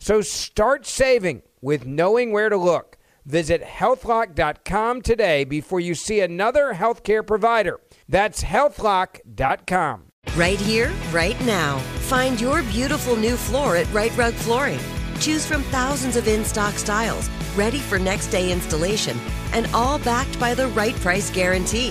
So start saving with knowing where to look. Visit healthlock.com today before you see another healthcare provider. That's healthlock.com. Right here, right now. Find your beautiful new floor at Right Rug Flooring. Choose from thousands of in stock styles, ready for next day installation, and all backed by the right price guarantee.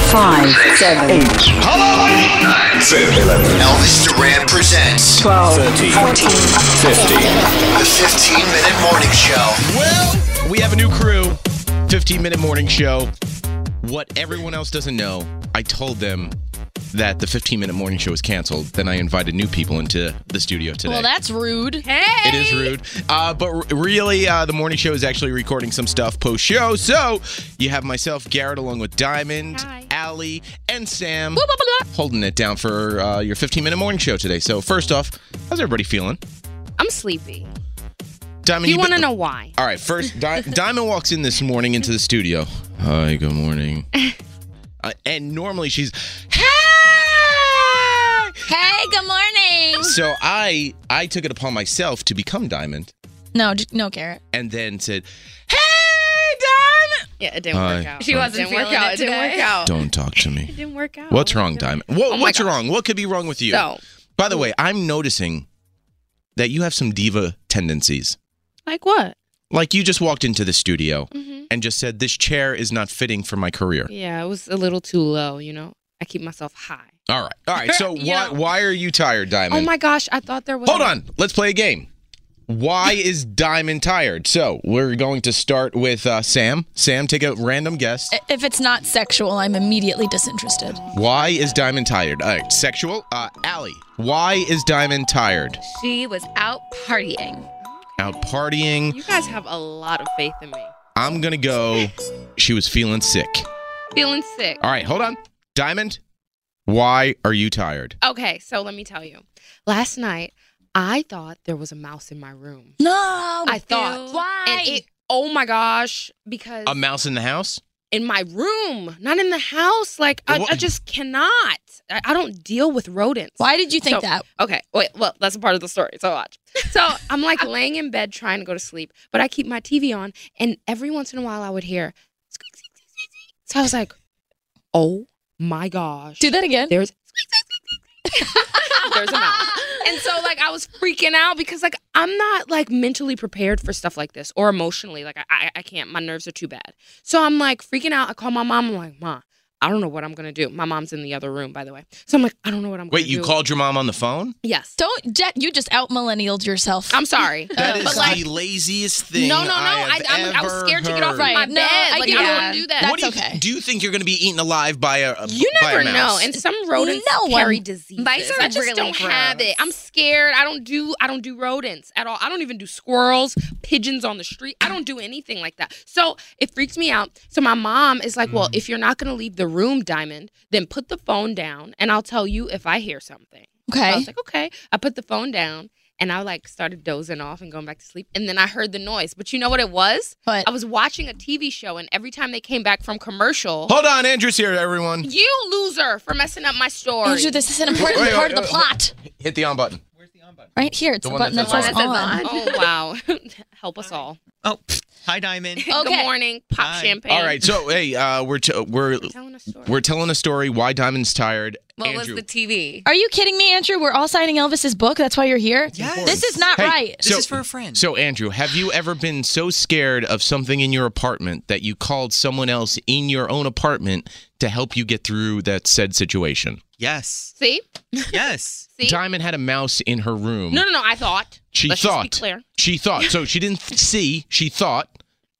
five, seven, eight, Hello, eight, nine, seven, eleven. Elvis Duran presents twelve, fourteen, the 15 minute morning show. Well, we have a new crew. 15 minute morning show. What everyone else doesn't know, I told them that the 15 minute morning show was canceled. Then I invited new people into the studio today. Well, that's rude. It is rude. Uh, but r- really, uh, the morning show is actually recording some stuff post show. So you have myself, Garrett, along with Diamond, Hi. Allie, and Sam Blah, blah, blah, blah. holding it down for uh, your 15 minute morning show today. So, first off, how's everybody feeling? I'm sleepy. Diamond, Do you you've want to been- know why? All right, first, Di- Diamond walks in this morning into the studio. Hi, good morning. Uh, and normally she's, hey! Hey, good morning. So I I took it upon myself to become Diamond No, j- no, Garrett. and then said, hey, Diamond! Yeah, it didn't Hi. work out. She wasn't didn't work feeling out. it It didn't today. work out. Don't talk to It me. didn't work out. What's wrong, Diamond? What, Oh my what's God. wrong? What could be wrong with you? So By the way, I'm noticing that you have some diva tendencies. like what? Like you just walked into the studio Mm-hmm. and just said, this chair is not fitting for my career. Yeah, it was a little too low. You know, I keep myself high. All right. All right. So You why know- why are you tired, Diamond? oh my gosh, I thought there was. Hold on. Let's play a game. Why is Diamond tired? So we're going to start with uh, Sam. Sam, take a random guess. I- If it's not sexual, I'm immediately disinterested. Why is Diamond tired? All right, sexual. Uh, Allie, why is Diamond tired? She was out partying. Out partying. You guys have a lot of faith in me. I'm gonna go. She was feeling sick. Feeling sick. All right, hold on. Diamond, why are you tired? Okay, so let me tell you. Last night, I thought there was a mouse in my room. No, I thought. Oh Why? And it, oh my gosh, because A mouse in the house? in my room, not in the house. Like, I, Wha- I just cannot. I, I don't deal with rodents. Why did you think So- that? Okay, wait, well, that's a part of the story, so watch. So I'm like laying in bed trying to go to sleep, but I keep my TV on, and every once in a while I would hear. squeak, squeak, squeak, squeak, squeak. So I was like, oh my gosh. Do that again. There's. There's a mouse. And so like I was freaking out because like I'm not like mentally prepared for stuff like this or emotionally. Like I I, I can't. My nerves are too bad. So I'm like freaking out. I call my mom. I'm like, Ma, I don't know what I'm gonna do. My mom's in the other room, by the way. So I'm like, I don't know what I'm Wait, gonna do. you called your mom on the phone? Yes. Don't jet. You just out millennialed yourself. I'm sorry. That Oh, is but like- the laziest thing. Uh, no, no, no. I, I, have I'm, I was ever scared to get off heard. Right. my No, bed. I like, get I it. wouldn't do that. That's what do you, okay. Do you think you're going to be eaten alive by a, a You by never a mouse? know. And some rodents No one- carry diseases. Mice are I just really don't have gross. it. I'm scared. I don't do I don't do rodents at all. I don't even do squirrels, pigeons on the street. I don't do anything like that. So it freaks me out. So my mom is like, Well, Mm. if you're not gonna leave the room, Diamond, then put the phone down and I'll tell you if I hear something. So I okay. was like, okay. I put the phone down and I like started dozing off and going back to sleep. And then I heard the noise. But you know what it was? What? I was watching a TV show and every time they came back from commercial, Hold on, Andrew's here, everyone. you loser for messing up my story. Andrew, this is an important Wait, wait, part of wait, the plot. Hit the on button. Right here, it's The the, one button that that says says on. oh wow. Help us all. Oh, pfft. hi, Diamond. Good Okay. morning. Pop Hi. champagne. All right, so hey, uh, we're t- we're Telling a story. we're telling a story why Diamond's tired. What Andrew. was the TV? Are you kidding me, Andrew? We're all signing Elvis's book. That's why you're here. Yes. This is not Hey, right. so- This is for a friend. So, Andrew, have you ever been so scared of something in your apartment that you called someone else in your own apartment to help you get through that said situation? yes. See? Yes. See? Diamond had a mouse in her room. No, no, no. I thought. She Let's thought. Just be clear. She thought. So she didn't th- see. She thought.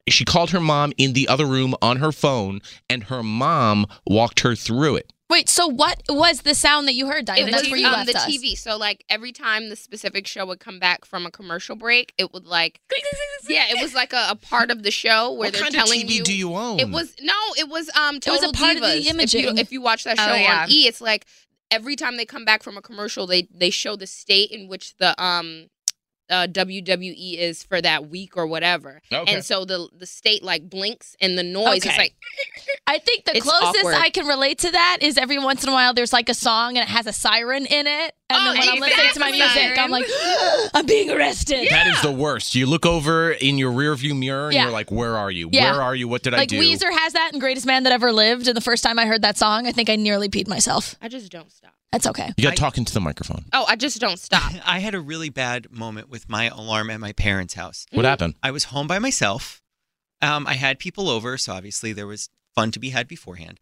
She called her mom in the other room on her phone, and her mom walked her through it. Wait, so what was the sound that you heard, Diamond? It That's was where you um, left the us. TV. So like every time the specific show would come back from a commercial break, it would like yeah, it was like a, a part of the show where what they're kind of telling TV you. do you own? It was no, it was um. was Total a part of the Divas. If you- If imaging. you, watch that Oh, show yeah. on E, it's like every time they come back from a commercial, they they show the state in which the um. Uh, WWE is for that week or whatever, Okay. and so the the state like blinks and the noise is Okay. like I think the It's closest awkward. I can relate to that is every once in a while there's like a song and it has a siren in it. And Oh, then when I'm listening to my music, exactly. I'm like, I'm being arrested. That is the worst. You look over in your rearview mirror and Yeah. you're like, "Where are you? Yeah. Where are you? What did I Like do?" Weezer has that in Greatest Man That Ever Lived. And the first time I heard that song, I think I nearly peed myself. I just don't stop. That's okay. you got talking to the microphone. Oh, I just don't stop. I had a really bad moment with my alarm at my parents' house. What happened? I was home by myself. Um, I had people over, so obviously there was fun to be had beforehand.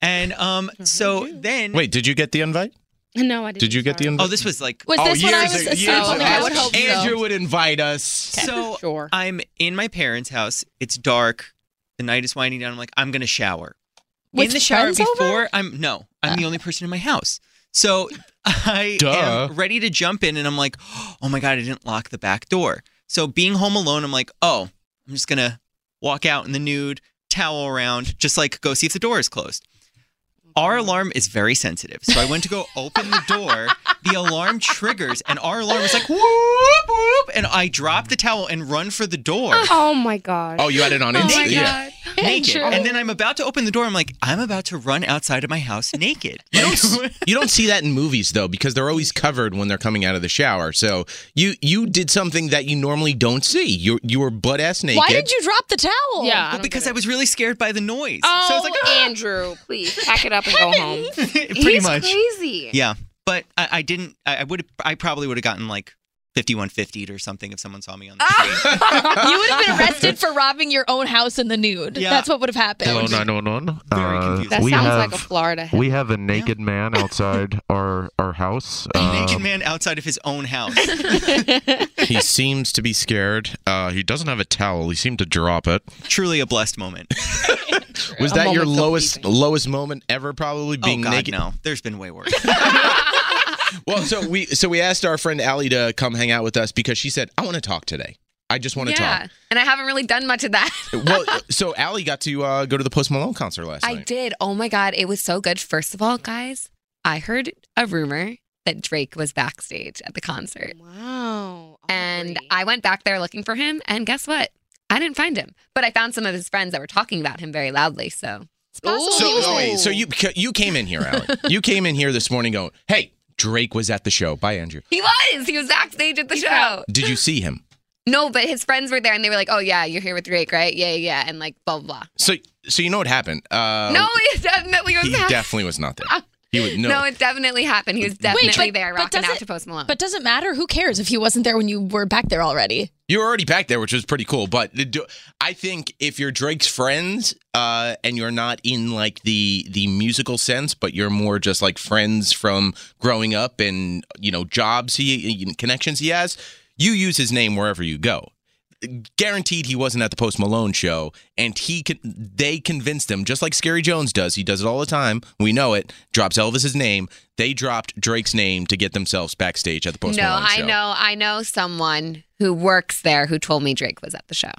And um, so then, Wait, did you get the invite? no, I didn't. Did you get the sorry. invite? oh, this was like Was this when I was ago- asleep years on ago. the I couch? would hope so. Andrew would invite us. so. Sure. I'm in my parents' house. It's dark. The night is winding down. I'm like, I'm gonna shower. With in the shower friends over? Ah. before I'm no, I'm the only person in my house. So I Duh. am ready to jump in and I'm like, oh my God, I didn't lock the back door. So being home alone, I'm like, oh, I'm just gonna walk out in the nude, towel around, just like go see if the door is closed. Our alarm is very sensitive. So I went to go open the door. The alarm triggers and our alarm is like whoop whoop and I drop the towel and run for the door Ah. Oh my god. Oh, you had it on Instagram. yeah. naked. And then I'm about to open the door. I'm like, I'm about to run outside of my house naked. You don't, s- you don't see that in movies though, because they're always covered when they're coming out of the shower. So you you did something that you normally don't see. You you were butt ass naked. Why did you drop the towel? Yeah. Well, because I was really scared by the noise. Oh, so I was like, "Ah!" Andrew, please pack it up and go home. pretty He's much. crazy. Yeah. But I, I didn't, I, I would, I probably would have gotten like 5150 or something if someone saw me on the street. you would have been arrested for robbing your own house in the nude. Yeah. That's what would have happened. Hello, 911. Very Uh, confusing. That we sounds have, like a Florida. We have a naked man outside our our house. A naked Um, man outside of his own house. he seems to be scared. Uh, he doesn't have a towel. He seemed to drop it. Truly a blessed moment. Was A that your moment so lowest lowest moment ever? Probably being God, naked. no. There's been way worse. well, so we so we asked our friend Allie to come hang out with us because she said, "I want to talk today. I just want to yeah, and I haven't really done much of that. talk." Well, so Allie got to uh, go to the Post Malone concert last I night. did. Oh my God. It was so good. First of all, guys, I heard a rumor that Drake was backstage at the concert. Wow. And I went back there looking for him. And guess what? I didn't find him, but I found some of his friends that were talking about him very loudly. So it's So, so wait, so you you came in here, Allie. you came in here this morning going, "Hey, Drake was at the show." Bye, Andrew. He was. He was backstage at the show. Did you see him? No, but his friends were there and they were like, oh, yeah, you're here with Drake, right? Yeah, yeah. And like, blah, blah. So so you know what happened? Uh, no, it definitely was he happening. definitely was not there. He was no. no. it definitely happened. He was definitely there rocking out to Post Malone. But doesn't matter. Who cares if he wasn't there when you were back there already? You were already back there, which was pretty cool. But the- do- I think if you're Drake's friends uh, and you're not in like the the musical sense, but you're more just like friends from growing up and you know jobs he and connections he has, you use his name wherever you go. Guaranteed, he wasn't at the Post Malone show, and he con- they convinced him just like Scary Jones does. He does it all the time. We know it. Drops Elvis's name. They dropped Drake's name to get themselves backstage at the Post no, Malone I show. know, I know someone who works there who told me Drake was at the show.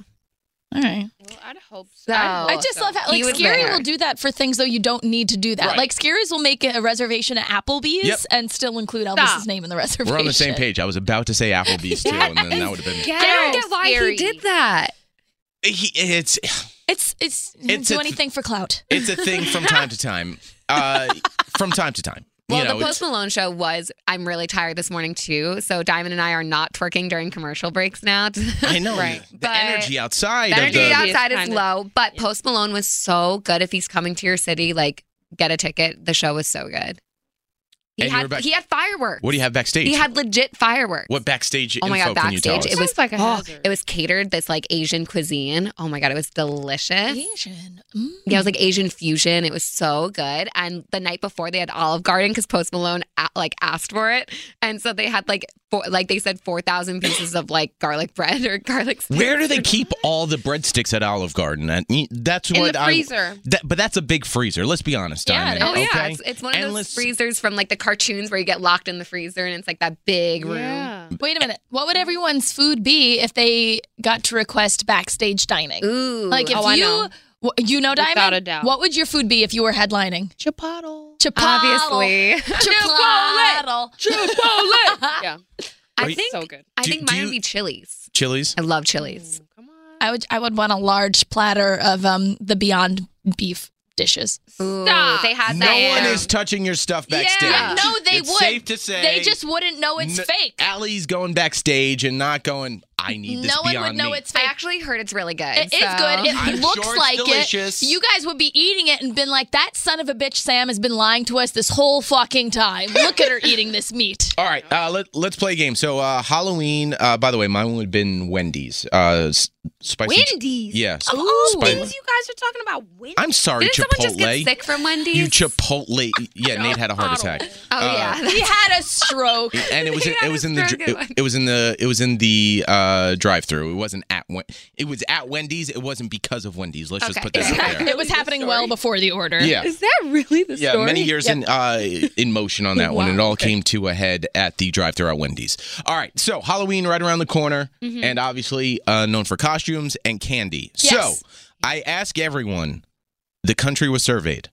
All right. Well, I'd hope so. I just love how like He was Scary there. will do that for things though you don't need to do that. Right. Like Scary's will make a reservation at Applebee's Yep. and still include Elvis's Stop. name in the reservation. We're on the same page. I was about to say Applebee's too, and then that would have been. I don't get why Scary. he did that. He, it's It's it's, It's do a- anything for clout. it's a thing from time to time. Uh, from time to time. Well, you know, the Post Malone show was. I'm really tired this morning too, so Diamond and I are not twerking during commercial breaks now. I know the energy outside. The of the, energy outside is Kind of. low, but Post Malone was so good. If he's coming to your city, like get a ticket. The show was so good. He And you were had back- he had fireworks. What do you have backstage? He had legit fireworks. what backstage Oh my info god, can you tell us? backstage! It was like a it was catered this like Asian cuisine. Oh my god, it was delicious. Asian, yeah, it was like Asian fusion. It was so good. And the night before, they had Olive Garden because Post Malone a- like asked for it, and so they had like four, like they said four thousand pieces of like garlic bread or garlic. Steak. Where do they keep all the breadsticks at Olive Garden? That- That's In what the I- freezer. that- but that's a big freezer. Let's be honest, Yeah, Diamond. oh yeah, okay? it's, it's one of Endless- those freezers from like the cartoons where you get locked in the freezer and it's like that big room. Wait a minute. What would everyone's food be if they got to request backstage dining? Ooh. Like if Oh, I you know. wh- you know Diamond, Without a doubt. what would your food be if you were headlining? Chipotle. Chipotle. Obviously. Chipotle. Chipotle. yeah. I you- think so good. I Do- think do mine you- would be Chili's. Chili's. I love Chili's. I would I would want a large platter of um the Beyond Beef dishes. Ooh, They had No that. one is touching your stuff backstage. Yeah, no, they It's would. Safe to say, They just wouldn't know it's N- fake. Allie's going backstage and not going. I need this No one beyond would know me. it's fake. I actually heard it's really good. It is so- good. It I'm looks sure it's like delicious. it. You guys would be eating it and been like, "That son of a bitch, Sam, has been lying to us this whole fucking time. Look at her eating this meat." All right, uh, let, let's play a game. So uh, Halloween. Uh, by the way, mine would have been Wendy's. Uh, s- spicy. chi- Wendy's. yeah. s- Of Oh, all spi- things you guys are talking about Wendy's. I'm sorry, Didn't Chipotle. someone just get sick from Oh, Wendy's? You Chipotle. Yeah, Nate had a Oh. heart attack. Uh, he had a stroke. And it was in, it was in the stroke dr- at one- it, it was in the it was in the uh, drive-through. It wasn't at Wen- it was at Wendy's. It wasn't because of Wendy's. Let's just put that out there. It was happening well before the order. Yeah. Is that really the Yeah, many years in uh, in motion on that one. It all came to a head at the drive-thru at Wendy's. All right, so Halloween right around the corner, Mm-hmm. Mhm. and obviously uh, known for costumes and candy. So I ask everyone, the country was surveyed.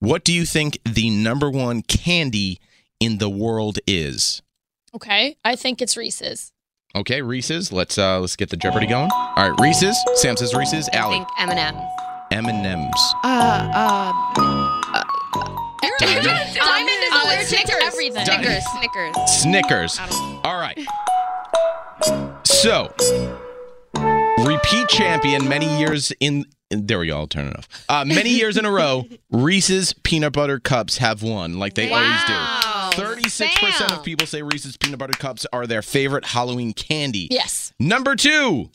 What do you think the number one candy in the world is? Okay, I think it's Reese's. Okay, Reese's. Let's uh let's get the Jeopardy going. All right, Reese's. Sam says Reese's. I Allie, think Eminem. M and M's. Uh, uh, Diamond. Diamond is Uh, allergic to Snickers. everything. Snickers. Snickers. Snickers. All right. So, repeat champion many years in. There we go. I'll turn it off. Uh, many years in a row, Reese's peanut butter cups have won, like they always do. Thirty-six percent of people say Reese's peanut butter cups are their favorite Halloween candy. Yes. Number two,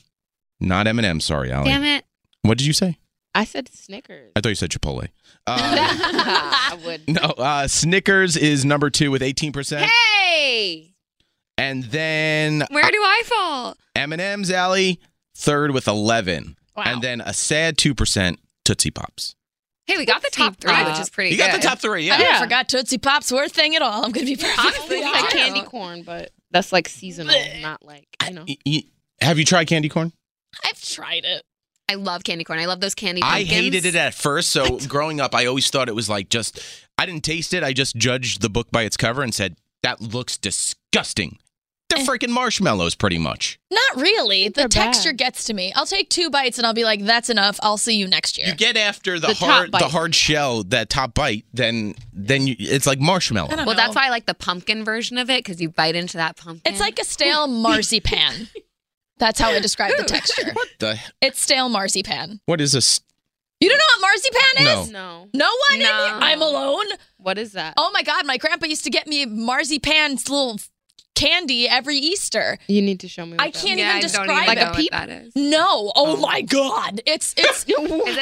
not M and M. Sorry, Allie. Damn it. What did you say? I said Snickers. I thought you said Chipotle. Uh, I would. No, uh, Snickers is number two with eighteen percent, Hey, and then where do I fall? M and M's, Allie, third with eleven, Wow. and then a sad two percent Tootsie Pops. Hey, we got the top three, which is pretty. Uh, You got the good. top three, I never forgot Tootsie Pops were a thing at all. I'm gonna be perfectly I had candy corn, but that's like seasonal, not like you know. Y- y- Have you tried candy corn? I've tried it. I love candy corn. I love those candy. I Pumpkins. hated it at first. So growing up, I always thought it was like just I didn't taste it. I just judged the book by its cover and said that looks disgusting. Eh. They're freaking marshmallows, pretty much. Not really. The texture gets to me. I'll take two bites and I'll be like, "That's enough. I'll see you next year." You get after the, hard the hard shell, that top bite, then then you, it's like marshmallow. Well, that's why I like the pumpkin version of it because you bite into that pumpkin. It's like a stale marzipan. That's how I describe the texture. The It's stale marzipan. what is this? You don't know what marzipan is? No. No one in here? I'm alone. What is that? Oh my god, my grandpa used to get me marzipan's little candy every Easter. You need to show me. What I that can't is. even describe it. No. Oh, my god. It's it's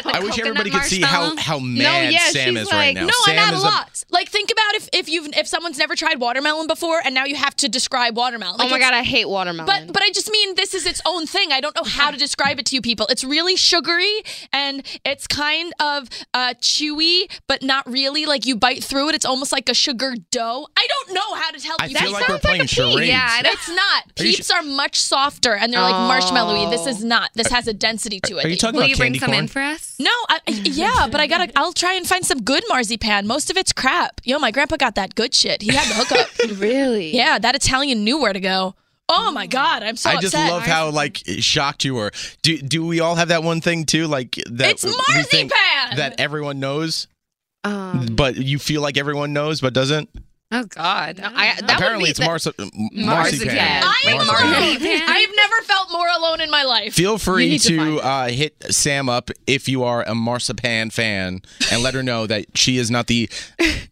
I wish everybody could see how how mad Sam is right now. No, Sam I'm at a is loss. Like think about if if you've if someone's never tried watermelon before and now you have to describe watermelon. Like, oh my it's- god, I hate watermelon. But but I just mean this is its own thing. I don't know how to describe it to you people. It's really sugary and it's kind of uh, chewy, but not really. Like you bite through it, it's almost like a sugar dough. I don't know how to tell I you. feel That like we're sounds like a playing peep. charades. Yeah, I know. it's not. Are you Peeps are much softer and they're like marshmallowy. This is not. This has a density to it. are you talking Will about you bring candy some in corn? for us? No, I, I- yeah, but I gotta. I'll try and find some good marzipan. Most of it's crap. Yo, my grandpa got that good shit. He had the hookup. really? Yeah, that Italian knew where to go. Oh my god, I'm so I upset. just love how like shocked you were. Do do we all have that one thing too? Like that It's we think marzipan! that everyone knows, but you feel like everyone knows but doesn't. Oh God! I, that would Apparently, be it's the- Mars- Marzipan. marzipan. I am alone. Marzipan. I've never felt more alone in my life. Feel free to uh, hit Sam up if you are a marzipan fan and let her know that she is not the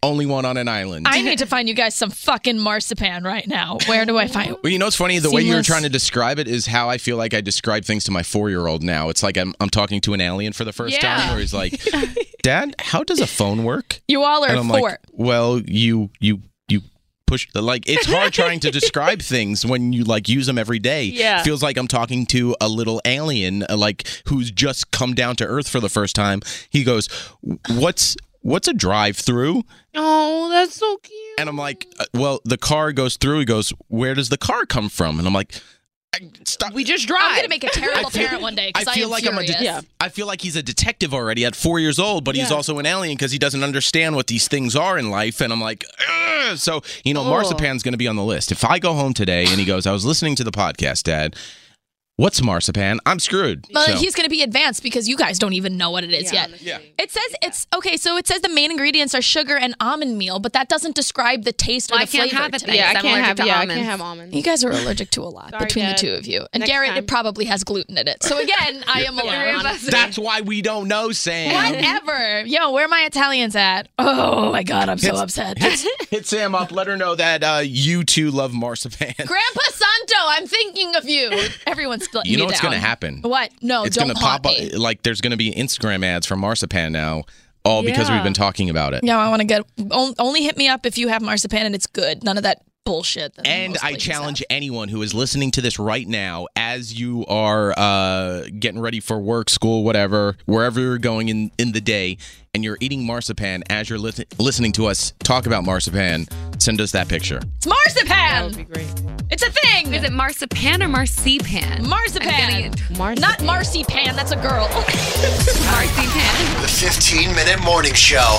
only one on an island. I need to find you guys some fucking marzipan right now. Where do I find? Well, you know, it's funny. The way you were Seamless. trying to describe it is how I feel like I describe things to my four year old now. It's like I'm, I'm talking to an alien for the first Yeah. time, where he's like, Dad, how does a phone work? You all are and I'm four. like, well, you, you, you push, like, it's hard trying to describe things when you, like, use them every day. Yeah. Feels like I'm talking to a little alien, uh, like, who's just come down to Earth for the first time. He goes, What's, what's a drive through? Oh, that's so cute. And I'm like, uh, well, the car goes through. He goes, where does the car come from? And I'm like, Stop. We just drive. I'm gonna make a terrible I feel- parent one day I because I, feel am like I'm a furious. de- I feel like he's a detective already at four years old, but he's Yeah. also an alien because he doesn't understand what these things are in life. And I'm like, Ugh! so you know, Oh. marzipan's going to be on the list. If I go home today and he goes, I was listening to the podcast, Dad. What's marzipan? I'm screwed. Well, So- he's going to be advanced because you guys don't even know what it is yet. Yeah. It says it's okay. So it says the main ingredients are sugar and almond meal, but that doesn't describe the taste Well, or I the can't flavor. have it to then, me. 'cause I'm allergic to almonds. You guys are allergic to a lot between the two of you, and Next Garrett, time. it probably has gluten in it. So again, I am alone. That's why we don't know, Sam. Whatever. Yo, where are my Italians at? Oh my god, I'm so Hit- upset. Hit, hit Sam up. Let her know that uh, you two love marzipan. Grandpa Santo, I'm thinking of you. Everyone's letting You know me what's down. gonna happen. What? No, it's Oh, don't gonna haunt pop up. me. Like there's gonna be Instagram ads for marzipan now, all because Yeah. we've been talking about it. No, I want to get on- only hit me up if you have marzipan and it's good. None of that bullshit. that And most I places challenge anyone who is listening to this right now, as you are uh, getting ready for work, school, whatever, wherever you're going in, in the day, and you're eating marzipan as you're lis- listening to us talk about marzipan, send us that picture. It's marzipan. That would be great. It's a thing. Is it marzipan or marzipan? Marzipan. Not marzipan. That's a girl. marzipan. The 15 minute morning show.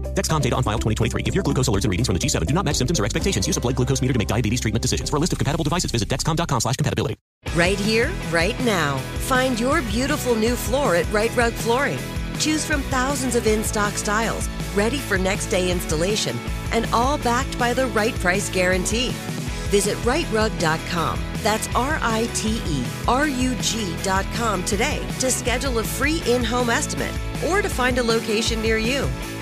Dexcom data on file 2023. If your glucose alerts and readings from the G7 do not match symptoms or expectations, use a blood glucose meter to make diabetes treatment decisions. For a list of compatible devices, visit dexcom.com slash compatibility. Right here, right now. Find your beautiful new floor at Right Rug Flooring. Choose from thousands of in stock styles, ready for next day installation, and all backed by the right price guarantee. Visit rightrug.com. That's R I T E R U G.com today to schedule a free in home estimate or to find a location near you.